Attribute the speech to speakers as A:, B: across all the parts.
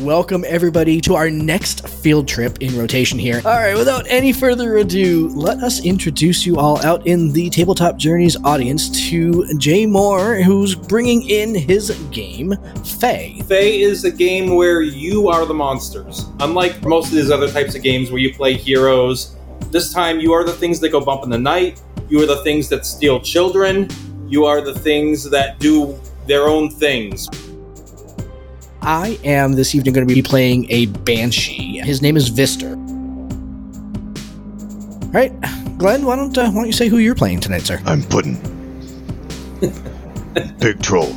A: welcome everybody to our next field trip in rotation here. All right, without any further ado, let us introduce you all out in the Tabletop Journeys audience to Jay Moore, who's bringing in his game, Faye.
B: Faye is a game where you are the monsters. Unlike most of these other types of games where you play heroes, this time you are the things that go bump in the night, you are the things that steal children, you are the things that do their own things.
A: I am this evening going to be playing a Banshee. His name is Vister. All right, Glenn, why don't, uh, why don't you say who you're playing tonight, sir?
C: I'm Puddin. Big troll.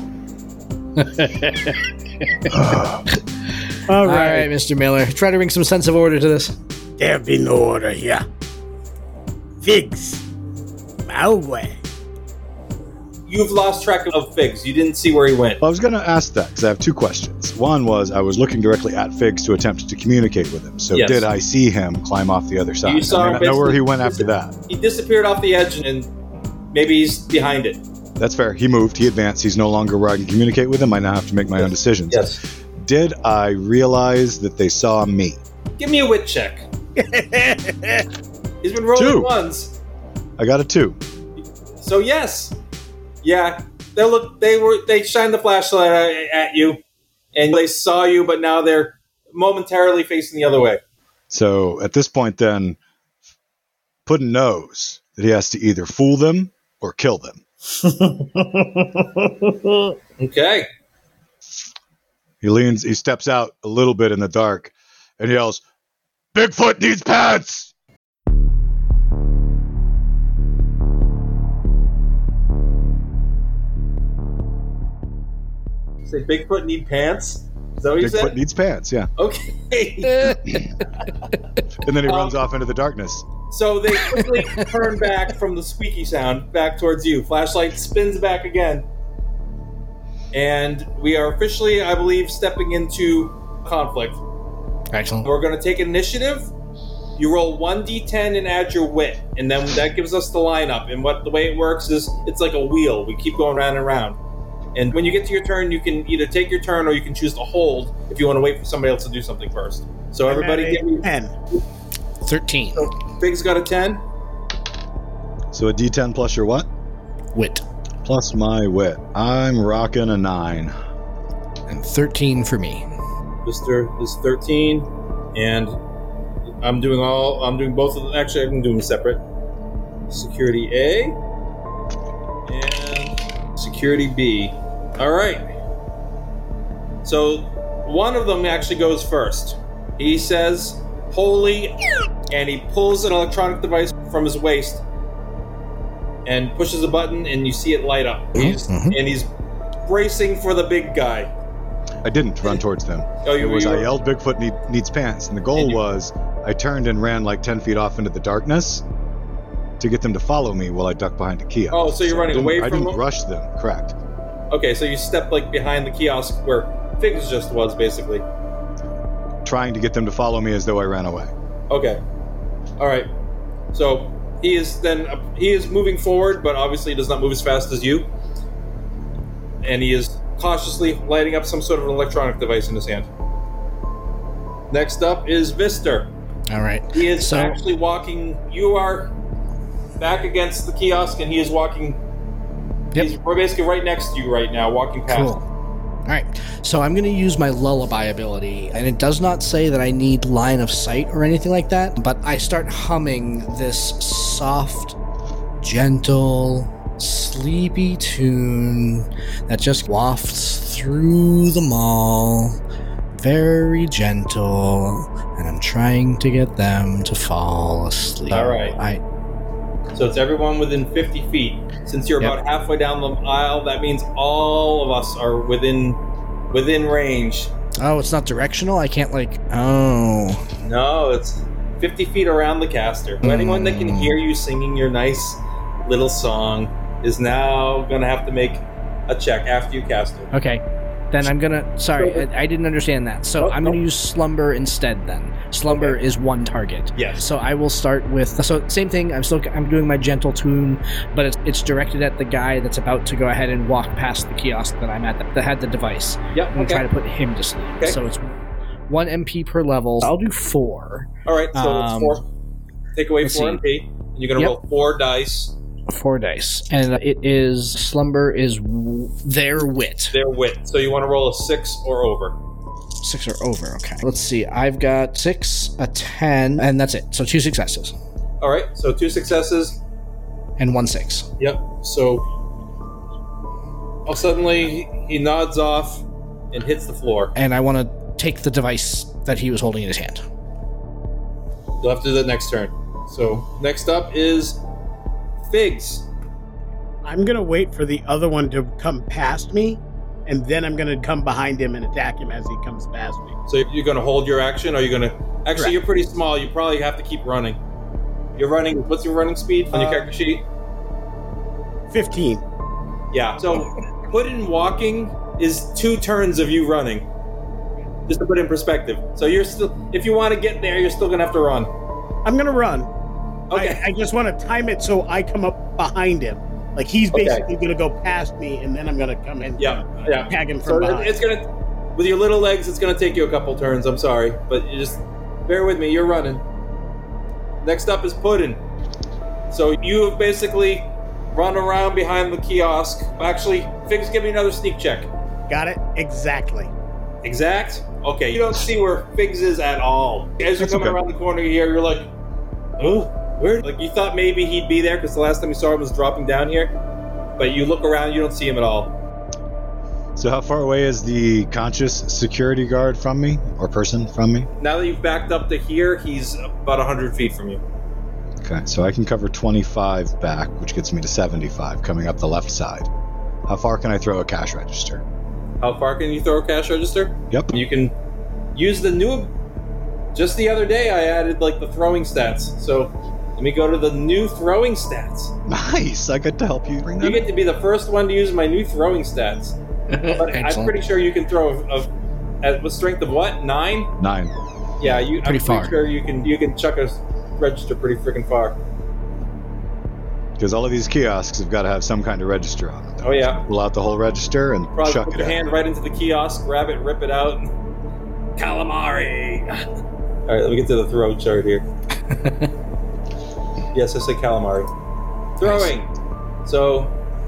A: All right. Mr. Miller. Try to bring some sense of order to this.
D: There be no order here. Figs. My way.
B: You've lost track of Figs. You didn't see where he went.
C: I was going to ask that because I have two questions. One was I was looking directly at Figs to attempt to communicate with him. So
B: Yes.
C: did I see him climb off the other side?
B: saw
C: I may
B: him
C: not know where he
B: basically-
C: went after that.
B: He disappeared off the edge and maybe he's behind it.
C: That's fair. He moved. He advanced. He's no longer where I can communicate with him. I now have to make my own decisions.
B: Yes.
C: Did I realize that they saw me?
B: Give me a wit check. He's been rolling
C: Two.
B: ones.
C: I got a two.
B: So yes, yeah, they look. They were. They shined the flashlight at, at you, and they saw you, but now they're momentarily facing the other way.
C: So at this point, then, Puddin knows that he has to either fool them or kill them.
B: Okay.
C: He leans, he steps out a little bit in the dark and yells, Bigfoot needs pants!
B: Say Bigfoot need pants. Is that what you
C: Bigfoot
B: said?
C: needs pants, yeah.
B: okay.
C: And then he
B: Um,
C: runs off into the darkness.
B: so they quickly turn back from the squeaky sound back towards you. Flashlight spins back again, and we are officially, I believe, stepping into conflict.
A: Excellent.
B: We're going to take initiative. You roll one d10 and add your wit, and then that gives us the lineup. And what the way it works is it's like a wheel. We keep going round and round. And when you get to your turn, you can either take your turn or you can choose to hold if you want to wait for somebody else to do something first. So everybody, give me,
D: Ten.
A: 13.
B: Big's got a ten.
C: So a d10 plus your what?
A: Wit.
C: Plus my wit. I'm rocking a nine.
A: And 13 for me.
B: Mister is thirteen, and I'm doing all. I'm doing both of them. Actually, I can do them separate. Security A and security B. All right. So one of them actually goes first. He says "holy," and he pulls an electronic device from his waist and pushes a button, and you see it light up. He's-
A: Mhm.
B: And he's bracing for the big guy.
C: I didn't run towards them.
B: Oh,
C: It
B: you
C: was
B: you-
C: I yelled Bigfoot need, needs pants, and the goal
B: And you-
C: was I turned and ran like 10 feet off into the darkness to get them to follow me while I ducked behind a kiosk.
B: Oh, so you're running
C: I didn't-
B: away
C: I
B: from
C: didn't
B: them?
C: rush them, correct.
B: Okay, so you step like behind the kiosk where Figs just was, basically.
C: Trying to get them to follow me as though I ran away.
B: Okay, all right. So he is then he is moving forward, but obviously does not move as fast as you. And he is cautiously lighting up some sort of an electronic device in his hand. Next up is Vister.
A: All right.
B: He is
A: So-
B: actually walking. You are back against the kiosk, and he is walking.
A: Yep.
B: He's, we're basically right next to you right now, walking past.
A: Cool. All right. So I'm going to use my lullaby ability, and it does not say that I need line of sight or anything like that, but I start humming this soft, gentle, sleepy tune that just wafts through the mall. Very gentle, and I'm trying to get them to fall asleep.
B: All right.
A: I,
B: So it's everyone within 50 feet. Since you're
A: Yep.
B: about halfway down the aisle, that means all of us are within within range.
A: oh, it's not directional? I can't, like. Oh.
B: No, it's 50 feet around the caster. Anyone that can
A: Mm.
B: hear you singing your nice little song is now going to have to make a check after you cast it.
A: Okay. Then I'm gonna. Sorry, I, I didn't understand that. So
B: Oh,
A: I'm gonna use slumber instead. Then slumber is one target.
B: Yes.
A: So I will start with. So same thing. I'm still. I'm doing my gentle tune, but it's it's directed at the guy that's about to go ahead and walk past the kiosk that I'm at that, that had the device.
B: Yep.
A: I'm gonna
B: Okay.
A: try to put him to sleep.
B: Okay.
A: So it's one MP per level. I'll do four.
B: All right, so
A: Um,
B: it's four. Take away
A: let's
B: four
A: see.
B: MP, and you're gonna
A: Yep.
B: roll four dice.
A: Four dice. And it is slumber is w- their wit.
B: Their wit. So you want to roll a six or over.
A: Six or over. Okay. Let's see. I've got six, a ten, and that's it. So two successes
B: All right, so two successes.
A: and one six.
B: Yep. So, oh, suddenly he nods off and hits the floor.
A: And I want to take the device that he was holding in his hand.
B: You'll have to do that next turn. So next up is Figs.
D: I'm gonna wait for the other one to come past me, and then I'm gonna come behind him and attack him as he comes past me.
B: So you're going to hold your action, or you're going to actually
D: Correct.
B: you're pretty small. You probably have to keep running. You're running. What's your running speed on your
D: Uh,
B: character sheet?
D: Fifteen.
B: Yeah. So put in walking is two turns of you running. Just to put it in perspective. So you're still, if you want to get there, you're still gonna have to run.
D: I'm gonna run.
B: Okay.
D: I, I just want to time it so I come up behind him. Like he's
B: Okay.
D: basically gonna go past me, and then I'm gonna come in.
B: Yeah, yeah.
D: Tag him from
B: so it-
D: behind.
B: it's gonna, with your little legs, it's gonna take you a couple turns. I'm sorry, but you just bear with me. You're running. Next up is Puddin. So you have basically run around behind the kiosk. Actually, Figs, give me another sneak check.
D: Got it exactly.
B: Exact? Okay, you don't see where Figs is at all. As you're
C: That's
B: coming
C: okay.
B: around the corner here, you're like, oh, where? Like, you thought maybe he'd be there because the last time you saw him was dropping down here. But you look around, you don't see him at all.
C: So how far away is the conscious security guard from me or person from me?
B: Now that you've backed up to here, he's about 100 feet from you.
C: Okay, so I can cover 25 back, which gets me to 75 coming up the left side. How far can I throw a cash register?
B: How far can you throw a cash register?
C: Yep.
B: You can use the new. Just the other day, I added like the throwing stats. So let me go to the new throwing stats.
C: Nice. I got to help you bring
B: You
C: that.
B: get to be the first one to use my new throwing stats. But I'm
A: Excellent.
B: pretty sure you can throw a, a, at what strength of what nine?
C: up. Nine.
B: Yeah, you.
A: Pretty
B: I'm
A: far.
B: pretty sure you can you can chuck a s- register pretty freaking far.
C: Because all of these kiosks have got to have some kind of register on them.
B: Oh yeah,
C: Pull out the whole register and
B: probably
C: chuck
B: put
C: it
B: your
C: out.
B: hand right into the kiosk, grab it, rip it out. Calamari. All right, let me get to the throw chart here. yes, I said calamari. Throwing. So,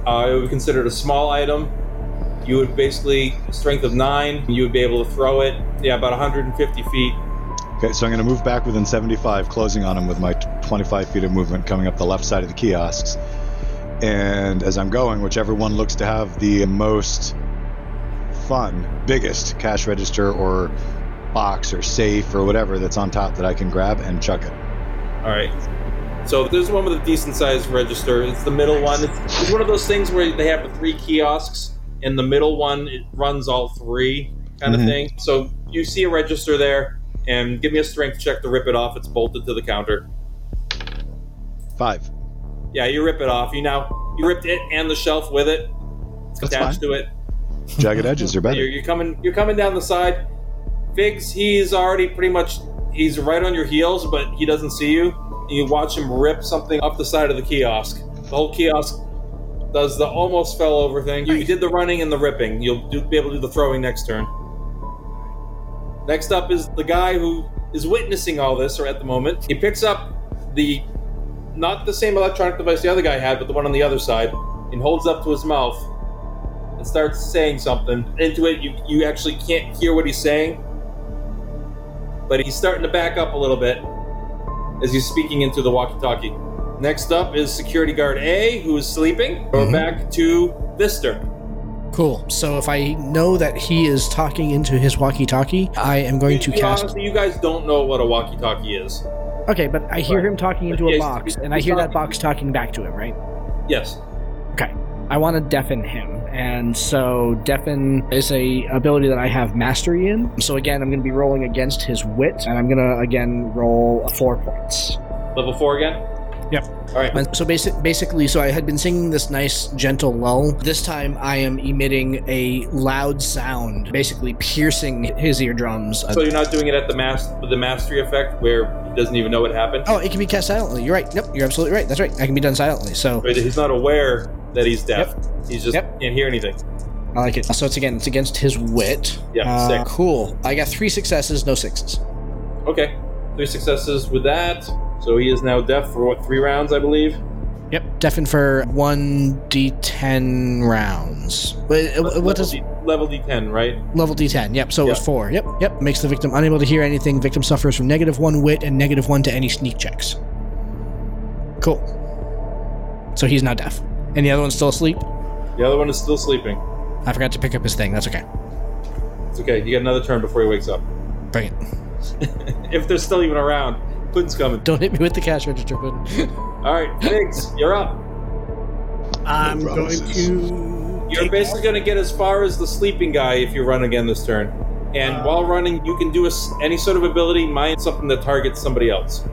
B: uh, it would be considered a small item. You would basically strength of nine. You would be able to throw it. Yeah, about 150 feet.
C: Okay, so I'm going to move back within 75, closing on him with my t- 25 feet of movement coming up the left side of the kiosks. And as I'm going, whichever one looks to have the most fun, biggest cash register or box or safe or whatever that's on top that I can grab and chuck it.
B: All right. So there's one with a decent sized register. It's the middle one. It's, it's one of those things where they have the three kiosks, and the middle one it runs all three kind
C: Mhm.
B: of thing. So you see a register there, and give me a strength check to rip it off. It's bolted to the counter.
C: Five.
B: Yeah, you rip it off. You now you ripped it and the shelf with it. It's
C: That's
B: attached to it.
C: Jagged edges are
B: You're,
C: better.
B: you're coming. You're coming down the side. Figs. He's already pretty much. He's right on your heels, but he doesn't see you. You watch him rip something up the side of the kiosk. The whole kiosk does the almost fell over thing. You did the running and the ripping. You'll do, be able to do the throwing next turn. Next up is the guy who is witnessing all this, or at the moment, he picks up the not the same electronic device the other guy had, but the one on the other side, and holds up to his mouth and starts saying something. Into it, you, you actually can't hear what he's saying, but he's starting to back up a little bit as he's speaking into the walkie talkie. Next up is security guard A, who is sleeping. We're
A: Mhm.
B: back to Vister.
A: Cool. So if I know that he is talking into his walkie-talkie, I am going to
B: Be
A: cast.
B: honest, you guys don't know what a walkie talkie is.
A: Okay, but I hear him talking into
B: Yeah,
A: a
B: he's-
A: box,
B: he's
A: and I hear that
B: talking.
A: box talking back to him, right?
B: Yes.
A: Okay. I want to deafen him, and so deafen is a ability that I have mastery in. So again, I'm going to be rolling against his wit, and I'm going to again roll four points.
B: Level four again?
A: Yep.
B: All right.
A: And so basic, basically, so I had been singing this nice, gentle lull. This time, I am emitting a loud sound, basically piercing his eardrums.
B: So you're not doing it at the mas- with the mastery effect where he doesn't even know what happened?
A: oh, it can be cast silently. You're right. Nope, you're absolutely right. That's right. I can be done silently. So
B: Right, He's not aware that he's deaf. He's just
A: Yep.
B: can't hear anything.
A: I like it. So it's again, it's against his wit.
B: Yeah,
A: Uh,
B: six.
A: cool. I got three successes, no sixes.
B: Okay, three successes with that. So he is now deaf for what three rounds, I believe.
A: Yep. Deafen for one d10 rounds. Wait, uh, What does
B: level, D, level D10, right?
A: level d10? Yep. So it was
B: Yeah.
A: four. Yep. Yep. Makes the victim unable to hear anything. Victim suffers from negative one wit and negative one to any sneak checks. Cool. So he's now deaf, and the other one's still asleep.
B: The other one is still sleeping.
A: I forgot to pick up his thing. That's okay.
B: It's okay. You get another turn before he wakes up.
A: Bring it.
B: If they're still even around, Putin's coming.
A: Don't hit me with the cash register, Putin.
B: All right, Figs, you're up.
D: I'm
C: No
D: going
C: promises.
D: to.
B: You're
D: take-
B: basically going to get as far as the sleeping guy if you run again this turn. And
D: Uh,
B: while running, you can do a s any sort of ability, mind something that targets somebody else.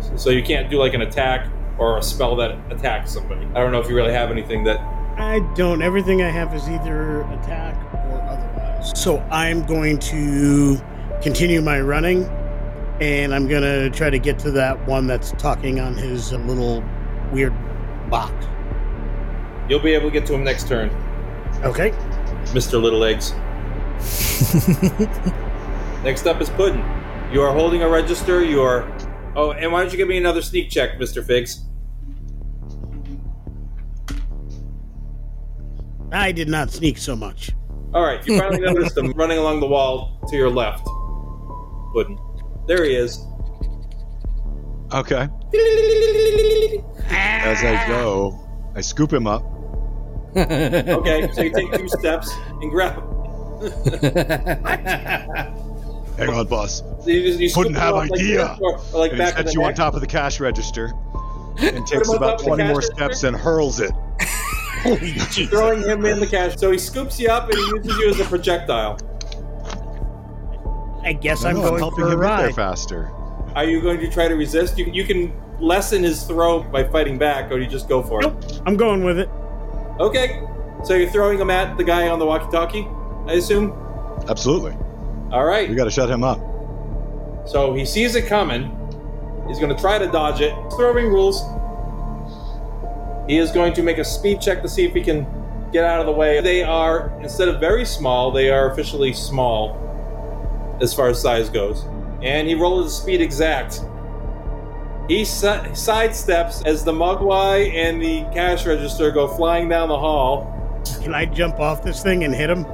B: So, so you can't do like an attack or a spell that attacks somebody. I don't know if you really have anything that.
D: I don't. Everything I have is either attack or otherwise. So I'm going to continue my running, and I'm going to try to get to that one that's talking on his uh, little weird box.
B: You'll be able to get to him next turn,
D: Okay.
B: Mr. Little Eggs. Next up is Puddin. You are holding a register. You are. Oh, and why don't you give me another sneak check, Mr. Figs?
D: I did not sneak so much.
B: All right, you finally noticed him running along the wall to your left. Puddin. There he is.
C: Okay. As I go, I scoop him up.
B: Okay, so you take two steps and grab him.
C: Hang on, boss.
B: So you just, you scoop
C: Wouldn't
B: him
C: have
B: up like
C: idea.
B: this, or- or like
C: And he
B: back in
C: sets
B: the
C: you on
B: neck.
C: top of the cash register and takes
B: on top
C: about
B: of the
C: 20 more
B: cash
C: steps
B: register?
C: and hurls it.
D: Holy Jesus.
B: Throwing him in the cash. So he scoops you up and he uses you as a projectile.
D: I guess
C: No,
D: I'm
C: no,
D: going
C: helping
D: for a
C: him get there
D: ride.
C: faster.
B: Are you going to try to resist? You, you can lessen his throw by fighting back, or you just go for it.
D: Nope. I'm going with it.
B: Okay, so you're throwing him at the guy on the walkie talkie, I assume?
C: Absolutely.
B: All right.
C: We got to shut him up.
B: So he sees it coming. He's going to try to dodge it. Throwing rules. He is going to make a speed check to see if he can get out of the way. They are, instead of very small, they are officially small as far as size goes. And he rolls his speed exact. He si- sidesteps as the Mogwai and the cash register go flying down the hall.
D: Can I jump off this thing and hit him?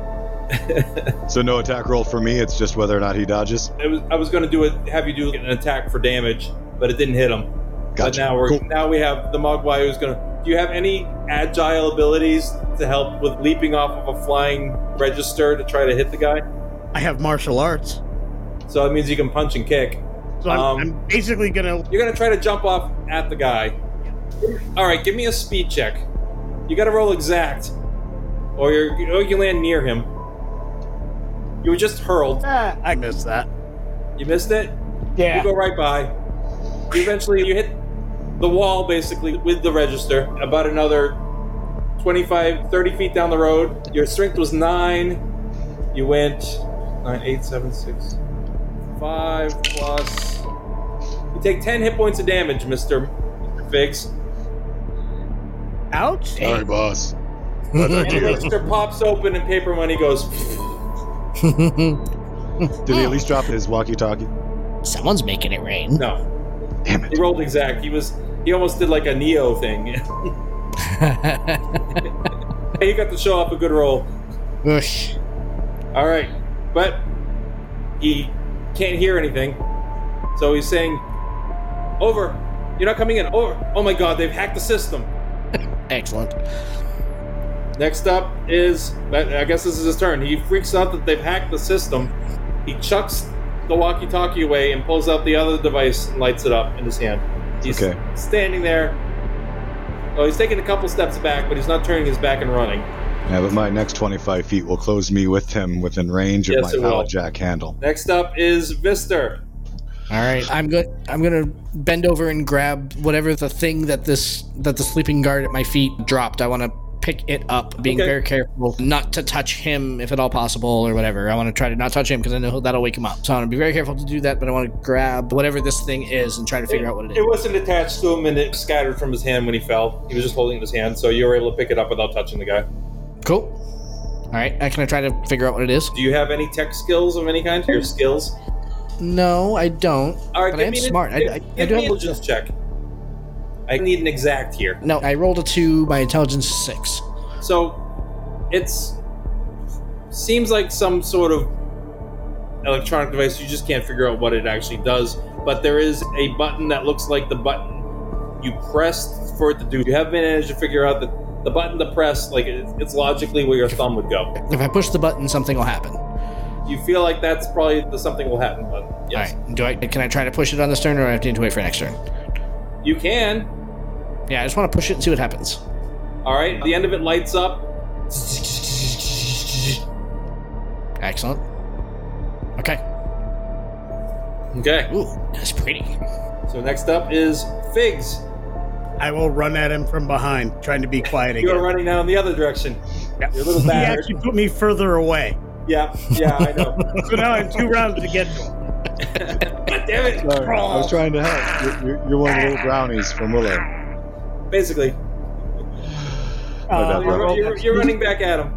C: So no attack roll for me. It's just whether or not he dodges.
B: It was, I was going to do it, have you do an attack for damage, but it didn't hit him. But
C: Gotcha.
B: now we're
C: Cool.
B: now we have the Mogwai who's gonna. Do you have any agile abilities to help with leaping off of a flying register to try to hit the guy?
D: I have martial arts.
B: So that means you can punch and kick.
D: So I'm,
B: Um,
D: I'm basically going to.
B: You're gonna try to jump off at the guy. All right, give me a speed check. You gotta roll exact, or you're, or you land near him. You were just hurled.
D: I missed that.
B: You missed it. You go right by. You eventually you hit the wall basically with the register about another 25, 30 feet down the road. Your strength was nine. You went nine, eight, seven, six, five plus. You take 10 hit points of damage, Mr. Figs.
D: Ouch.
C: Sorry, boss. uh,
B: And the register pops open and paper money goes.
C: Did he at least drop his walkie-talkie?
A: Someone's making it rain.
B: No.
C: Damn
B: He
C: it.
B: rolled exact. He was he almost did like a Neo thing. he got to show off a good roll.
A: Whoosh.
B: All right, but he can't hear anything, so he's saying, "Over, you're not coming in." Over. Oh my God, they've hacked the system.
A: Excellent.
B: Next up is, I I guess this is his turn. He freaks out that they've hacked the system. He chucks the walkie-talkie away and pulls out the other device and lights it up in his hand. He's
C: Okay.
B: standing there. Oh, he's taking a couple steps back, but he's not turning his back and running.
C: Yeah, but my next 25 feet will close me with him within range of
B: Yes, it
C: my pallet
B: will.
C: jack handle.
B: Next up is Vister.
A: All right, I'm going. I'm going to bend over and grab whatever the thing that this that the sleeping guard at my feet dropped. I want to pick it up, being
B: Okay.
A: very careful not to touch him if at all possible or whatever. I want to try to not touch him because I know that'll wake him up. So I want to be very careful to do that. But I want to grab whatever this thing is and try to figure out what it is.
B: It wasn't attached to him, and it scattered from his hand when he fell. He was just holding it in his hand, so you were able to pick it up without touching the guy.
A: Cool. All right. uh, Can I try to figure out what it is?
B: Do you have any tech skills of any kind? Your skills?
A: No, I don't.
B: All right,
A: but I
B: give
A: am
B: me an-
A: smart. I,
B: give-
A: I, I do
B: give me
A: have.
B: an intelligence check. I need an exact here.
A: No, I rolled a two. My intelligence is six.
B: So, it's seems like some sort of electronic device. You just can't figure out what it actually does. But there is a button that looks like the button you pressed for it to do. You have managed to figure out that the button to press, like it, it's logically where your thumb would go.
A: If I push the button, something will happen.
B: You feel like that's probably the something will happen. But yes,
A: All right. Do I? Can I try to push it on this turn, or do I have to wait for next turn?
B: you can.
A: Yeah, I just want to push it and see what happens.
B: All right, the end of it lights up.
A: Excellent. Okay.
B: Okay.
A: Ooh, that's pretty.
B: So next up is Figs.
D: I will run at him from behind, trying to be quiet
B: You are
D: again.
B: running now in the other direction.
D: Yeah.
B: Your little
D: He
B: bad.
D: actually put me further away.
B: Yeah, yeah, I know.
D: So now I have two rounds to get to him.
B: God damn it!
C: Sorry, I was
B: Crawl.
C: trying to help. You're, you're, you're one of the little brownies from Willow.
B: Basically,
D: Uh,
C: that
B: you're,
C: roll.
B: you're, you're running back at him.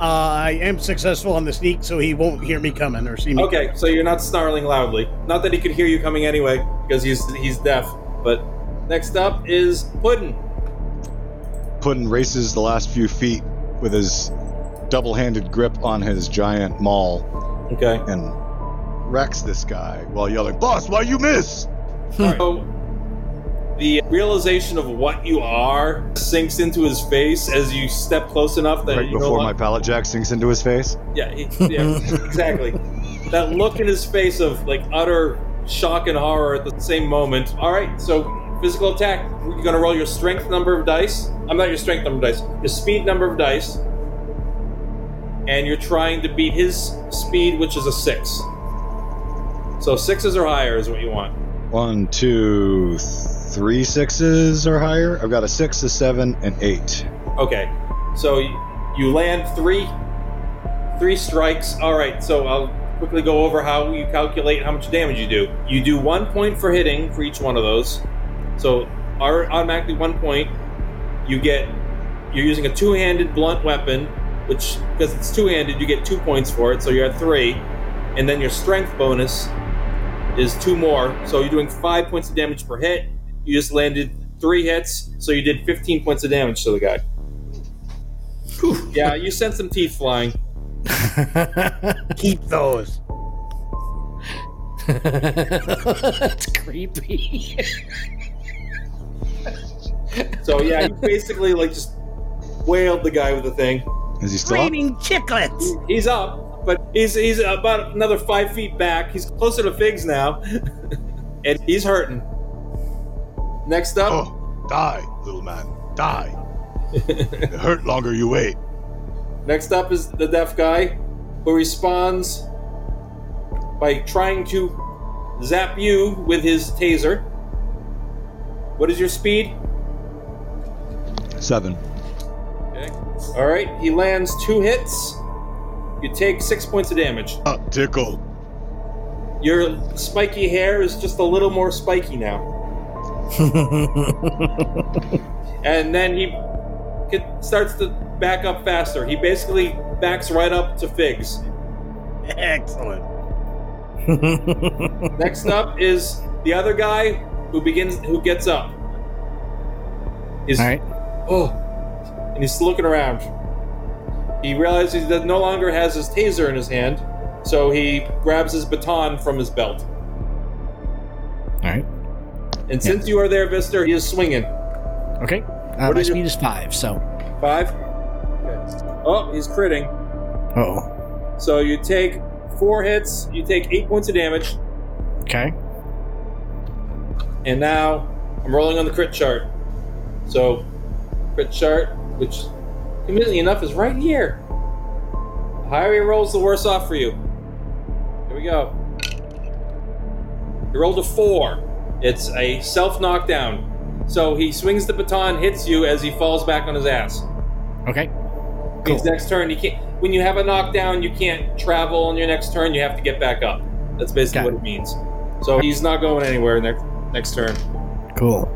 D: uh, I am successful on the sneak, so he won't hear me coming or see me.
B: Okay, so you're not snarling loudly. Not that he could hear you coming anyway, because he's he's deaf. But next up is Puddin.
C: Puddin races the last few feet with his double handed grip on his giant maul
B: Okay.
C: and wrecks this guy while yelling, Boss, why you miss?
B: So the realization of what you are sinks into his face as you step close enough that
C: Right
B: you
C: before
B: know
C: my pallet jack sinks into his face.
B: Yeah, he, yeah, exactly. That look in his face of like utter shock and horror at the same moment. All right, so physical attack. You're gonna roll your strength number of dice. I'm not your strength number of dice. Your speed number of dice. And you're trying to beat his speed, which is a six. So sixes or higher is what you want.
C: One, two, three sixes or higher. I've got a six, a seven, an eight.
B: Okay, so y- you land three, three strikes. All right, so I'll quickly go over how you calculate how much damage you do. You do one point for hitting for each one of those, so are automatically one point. You get you're using a two-handed blunt weapon, which because it's two-handed, you get two points for it, so you're at three, and then your strength bonus is two more, so you're doing five points of damage per hit. You just landed three hits, so you did 15 points of damage to the guy. Yeah, you sent some teeth flying.
D: Keep those.
A: That's creepy.
B: So yeah, you basically like just wailed the guy with the thing.
C: Is he still up?
D: Raining chicklets.
B: He's up, but he's he's about another five feet back. He's closer to figs now, and he's hurting. Next up,
C: Oh, die, little man, die. it hurt longer you wait.
B: next up is the deaf guy, who responds by trying to zap you with his taser. What is your speed?
C: Seven.
B: Okay. All right, he lands two hits. You take six points of damage.
C: Ah, tickle.
B: Your spiky hair is just a little more spiky now. and then he get, starts to back up faster. He basically backs right up to Figs.
D: Excellent.
B: Next up is the other guy who begins who gets up. He's,
A: All right.
B: Oh, and he's looking around. He realizes that no longer has his taser in his hand, so he grabs his baton from his belt.
A: All right.
B: And since you are there, Vister, he is swinging.
A: Okay. Uh,
B: What
A: my
B: is your-
A: speed is five, so.
B: Five. Oh, he's critting.
A: Oh.
B: So you take four hits, you take eight points of damage,
A: Okay.
B: and now I'm rolling on the crit chart. So, crit chart, which conveniently enough is right here. The higher he rolls, the worse off for you. Here we go. He rolled a four. It's a self knockdown. So he swings the baton, hits you as he falls back on his ass.
A: Okay.
B: means
A: Cool.
B: next turn you can't when you have a knockdown you can't travel on your next turn you have to get back up that's basically
A: Got
B: what it means so he's not going anywhere next next turn
A: Cool.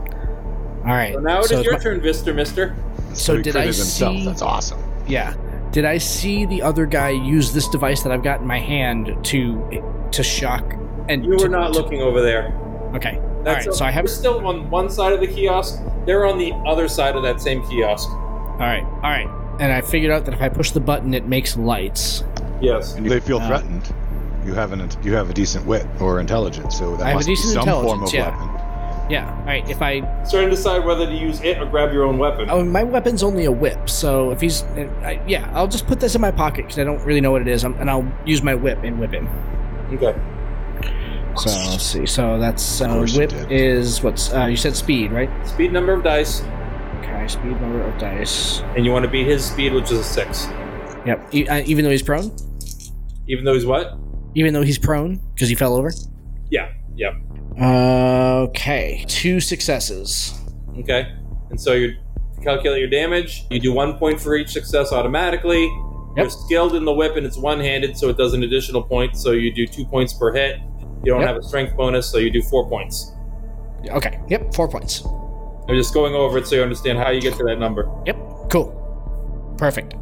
A: All right.
B: so now it is
A: so it's
B: your
A: my-
B: turn Vister mister
A: So
C: he
A: did
C: critted
A: I
C: himself.
A: see-
C: That's awesome.
A: Yeah. Did I see the other guy use this device that I've got in my hand to to shock and
B: You
A: to-
B: were not
A: to-
B: looking over there.
A: Okay. All
B: That's
A: right. so I have
B: We're still on one side of the kiosk. They're on the other side of that same kiosk.
A: All right. All right. And I figured out that if I push the button it makes lights.
B: Yes.
C: They feel
A: Uh,
C: threatened. You have an you have a decent wit or intelligence, so that
A: I have a
C: must be
A: decent
C: some form
A: intelligence,
C: of
A: yeah.
C: weapon.
A: Yeah. All right. If I
B: So you decide whether to use it or grab your own weapon.
A: Oh, my weapon's only a whip, so if he's, I, yeah, I'll just put this in my pocket because I don't really know what it is, um, and I'll use my whip and whip him. Oh.
B: Okay.
A: So let's see. So that's
C: Of
A: uh,
C: course you
A: whip
C: did.
A: is what's uh, you said speed, right?
B: Speed number of dice,
A: Okay, speed number of dice.
B: and you want to beat his speed, which is a six.
A: Yep. E- uh, even though he's prone,
B: Even though he's what?
A: even though he's prone because he fell over.
B: Yeah. Yeah.
A: Uh, okay, two successes.
B: Okay. And so you calculate your damage. You do one point for each success automatically. You're skilled in the whip, and it's one-handed, so it does an additional point. So you do two points per hit. You don't
A: Yep.
B: have a strength bonus, so you do four points.
A: Okay. Yep. Four points.
B: I'm just going over it so you understand how you get to that number.
A: Yep. Cool. Perfect.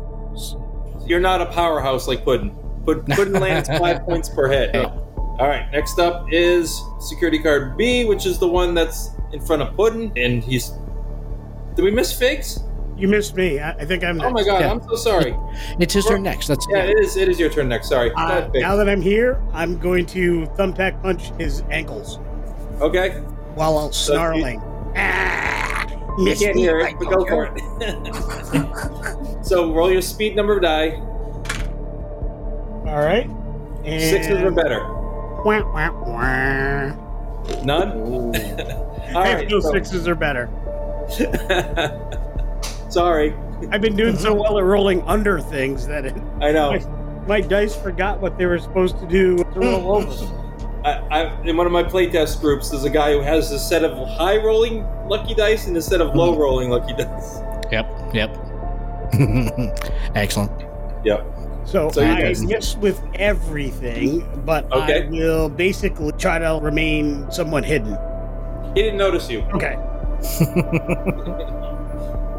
B: You're not a powerhouse like Puddin. Pud- Puddin lands five points per hit.
A: Hey.
B: All right, next up is security card B, which is the one that's in front of Puddin, and he's. Did we miss Figs?
D: You missed me. I, I think I'm.
B: Oh my
D: next.
B: god,
A: Yeah.
B: I'm so sorry.
A: It's his turn next. That's
B: Yeah, it is. It is your turn next. Sorry. Go
D: Uh,
B: ahead, Figs.
D: now that I'm here, I'm going to thumbtack punch his ankles
B: okay.
D: while out
B: So you-
D: snarling. Ah!
B: You
D: Missed
B: can't
D: me,
B: hear
D: I
B: it, but go
D: told you.
B: for it. so roll your speed number of die.
D: All right. And
B: Sixes or better.
D: Wah, wah, wah.
B: None. All
D: I have
B: right.
D: no
B: so-
D: sixes or better.
B: sorry.
D: I've been doing so well at rolling under things that it,
B: I know.
D: my dice forgot what they were supposed to do to roll over.
B: I, I, in one of my playtest groups, there's a guy who has a set of high rolling lucky dice and a set of low rolling lucky dice.
A: Yep. Yep. Excellent.
D: So,
B: So you
D: I
B: guys-
D: miss with everything, but
B: Okay.
D: I will basically try to remain somewhat hidden.
B: He didn't notice you.
D: Okay.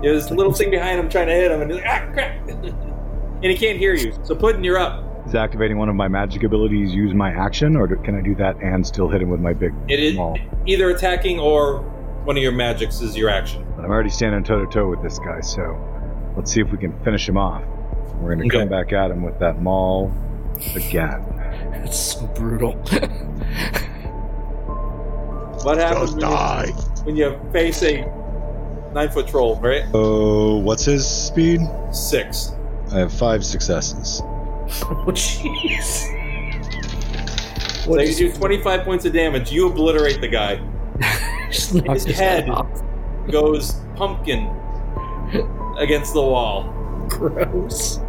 B: There's a little thing behind him trying to hit him, and he's like, ah, crap! and he can't hear you. So, Puddin, you're up.
C: Does activating one of my magic abilities use my action, or do, can I do that and still hit him with my big
B: It is
C: maul?
B: either attacking or one of your magics is your action.
C: But I'm already standing toe to toe with this guy, so let's see if we can finish him off. We're gonna
B: Okay.
C: come back at him with that maul again.
A: That's so brutal. Oh,
B: What happens when, you- when you face a nine foot troll, right?
C: Oh, what's his speed?
B: Six.
C: I have five successes.
A: oh jeez.
B: So you do 25 points of damage. You obliterate the guy.
A: Just knocked
B: His
A: his head
B: head.
A: off.
B: Goes pumpkin against the wall.
A: Gross.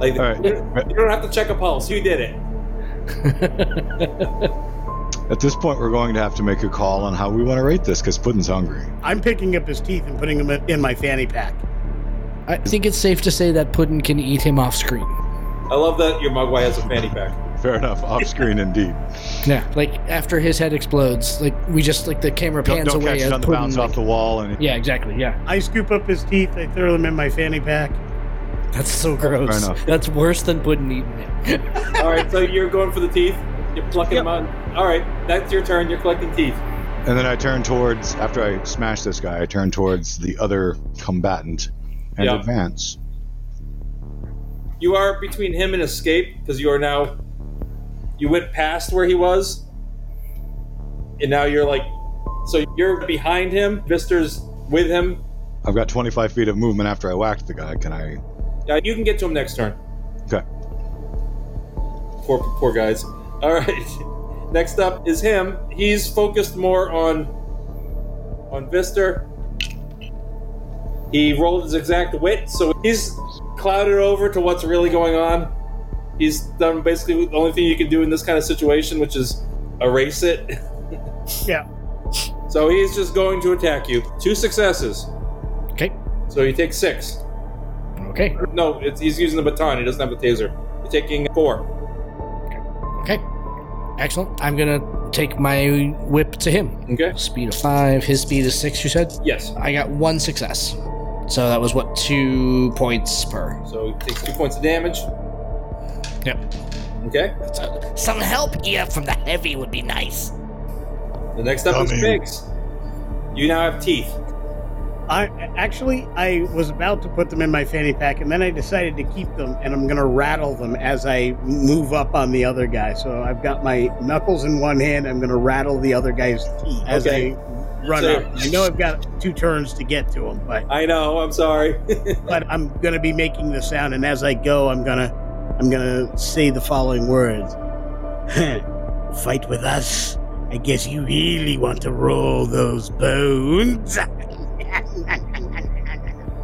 B: Like
C: All right.
B: you, don't, you don't have to check a pulse. You did it.
C: At this point, we're going to have to make a call on how we want to rate this because Puddin's hungry.
D: I'm picking up his teeth and putting them in- in my fanny pack.
A: I think it's safe to say that Puddin can eat him off screen.
B: I love that your Mogwai has a fanny pack.
C: Fair enough. Off screen, indeed.
A: Yeah. Like after his head explodes, like we just like the camera
C: Don't,
A: pans
C: don't
A: away
C: catch
A: as
C: it on the
A: Puddin,
C: bounce
A: like-
C: off the wall. And
A: Yeah, exactly. Yeah.
D: I scoop up his teeth, I throw them in my fanny pack.
A: That's so gross.
C: enough.
A: That's worse than Puddin eating him.
B: All right, so you're going for the teeth. You're plucking them out. All right, that's your turn. You're collecting teeth.
C: And then I turn towards, after I smash this guy, I turn towards the other combatant and
B: Yeah.
C: advance.
B: You are between him and escape because you are now. You went past where he was, and now you're like, so you're behind him. Vister's with him.
C: I've got 25 feet of movement after I whacked the guy. Can I?
B: Yeah, you can get to him next turn.
C: Okay.
B: Poor, poor guys. All right. Next up is him. He's focused more on on Vister. He rolled his exact wit, so he's clouded over to what's really going on. He's done basically the only thing you can do in this kind of situation, which is erase it.
D: Yeah.
B: So he's just going to attack you. Two successes.
A: okay.
B: So you take six.
A: Okay.
B: No, it's, he's using the baton. He doesn't have the taser. You're taking four.
A: Okay. Excellent. I'm gonna take my whip to him.
B: Okay.
A: Speed of five. His speed is six. You said.
B: Yes.
A: I got one success. So that was what two points per.
B: So it takes two points of damage.
A: Yep.
B: Okay.
A: So,
E: Some help here from the heavy would be nice.
B: The next up
C: I
B: is
C: mean-
B: pigs. You now have teeth.
D: I actually I was about to put them in my fanny pack, and then I decided to keep them, and I'm gonna rattle them as I move up on the other guy. So I've got my knuckles in one hand. I'm gonna rattle the other guy's teeth as
B: Okay.
D: I run
B: So-
D: up. I know I've got two turns to get to him, but
B: I know. I'm sorry.
D: but I'm gonna be making the sound, and as I go, I'm gonna I'm gonna say the following words: Fight with us. I guess you really want to roll those bones.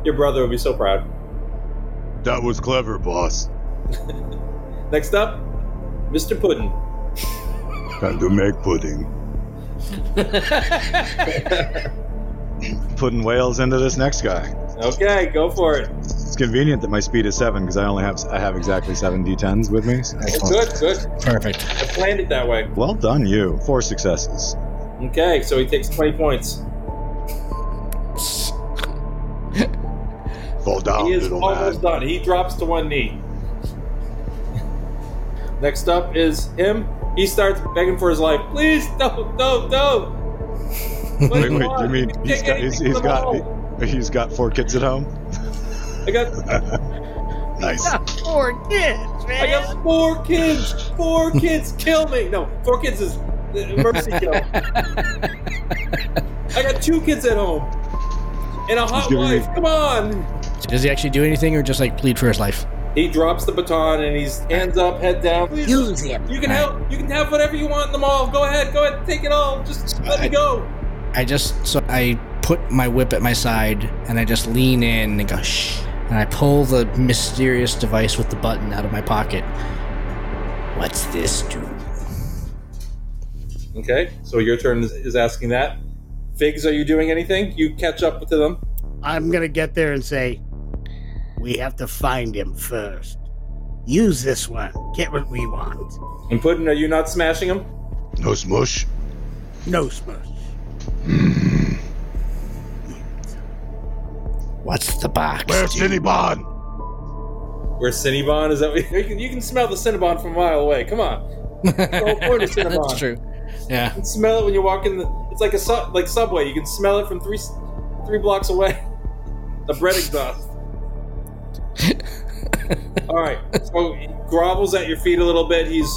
B: Your brother would be so proud.
C: That was clever, boss.
B: Next up, Mr. Puddin.
C: Time to make pudding. Putting whales into this next guy.
B: Okay, go for it.
C: It's convenient that my speed is seven because I only have I have exactly seven d10s with me. so-
B: Oh, Good, good.
A: perfect.
B: I planned it that way.
C: Well done, you. Four successes.
B: Okay, so he takes 20 points.
C: Fall down,
B: he is
C: Oh, little man.
B: almost done. He drops to one knee. Next up is him. He starts begging for his life. Please, no, no, no. What do
C: Wait, wait.
B: want?
C: You mean
B: can
C: he's
B: take
C: got
B: anything
C: he's,
B: from
C: he's
B: the
C: got
B: mall.
C: he's got four kids at home.
B: I got,
C: Nice.
D: Poor kids,
B: I got four kids. Four kids. Kill me. No, four kids is uh, mercy kill. I got two kids at home and a hot
C: giving me-
B: wife. Come on.
A: Does he actually do anything or just like plead for his life?
B: He drops the baton and he's hands up, head down. Please,
E: Use him.
B: You can help. You can have whatever you want in the mall. Go ahead. Go ahead. Take it all. Just let me go.
A: I just so I put my whip at my side and I just lean in and go shh, and I pull the mysterious device with the button out of my pocket.
E: What's this do?
B: Okay. So your turn is, is asking that. Figs, are you doing anything? You catch up to them.
D: I'm gonna get there and say, we have to find him first. Use this one. Get what we want.
B: And Puddin, are you not smashing them?
C: No smush.
D: No smush.
E: What's the box?
C: Cinnabon?
B: Where Cinnabon is that? what- You can, you can smell the Cinnabon from a mile away. Come on. Go for it, Cinnabon.
A: That's true. Yeah.
B: You can smell it when you walk in. The, it's like a su- like subway. You can smell it from three s- three blocks away. The bread exhaust. All right. So he grovels at your feet a little bit. He's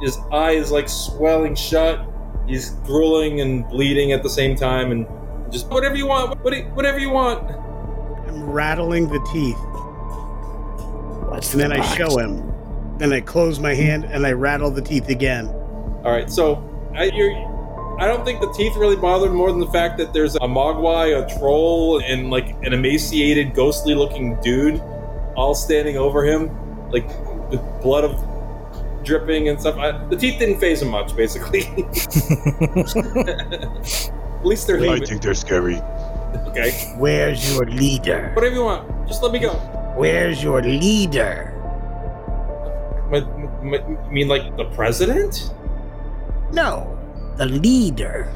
B: his eye is like swelling shut. He's drooling and bleeding at the same time, and just whatever you want, what, whatever you want.
D: I'm rattling the teeth,
E: What's
D: and
E: the
D: then I
E: box?
D: show him. Then I close my hand and I rattle the teeth again.
B: All right. So I, you're, I don't think the teeth really bothered more than the fact that there's a mogwai, a troll, and like an emaciated, ghostly-looking dude, all standing over him, like with blood of dripping and stuff. I, the teeth didn't phase him much, basically. At least they're human.
C: they're scary.
B: Okay.
D: Where's your leader?
B: Whatever you want, just let me go.
D: Where's your leader?
B: My, my, you mean like the president?
D: No, the leader.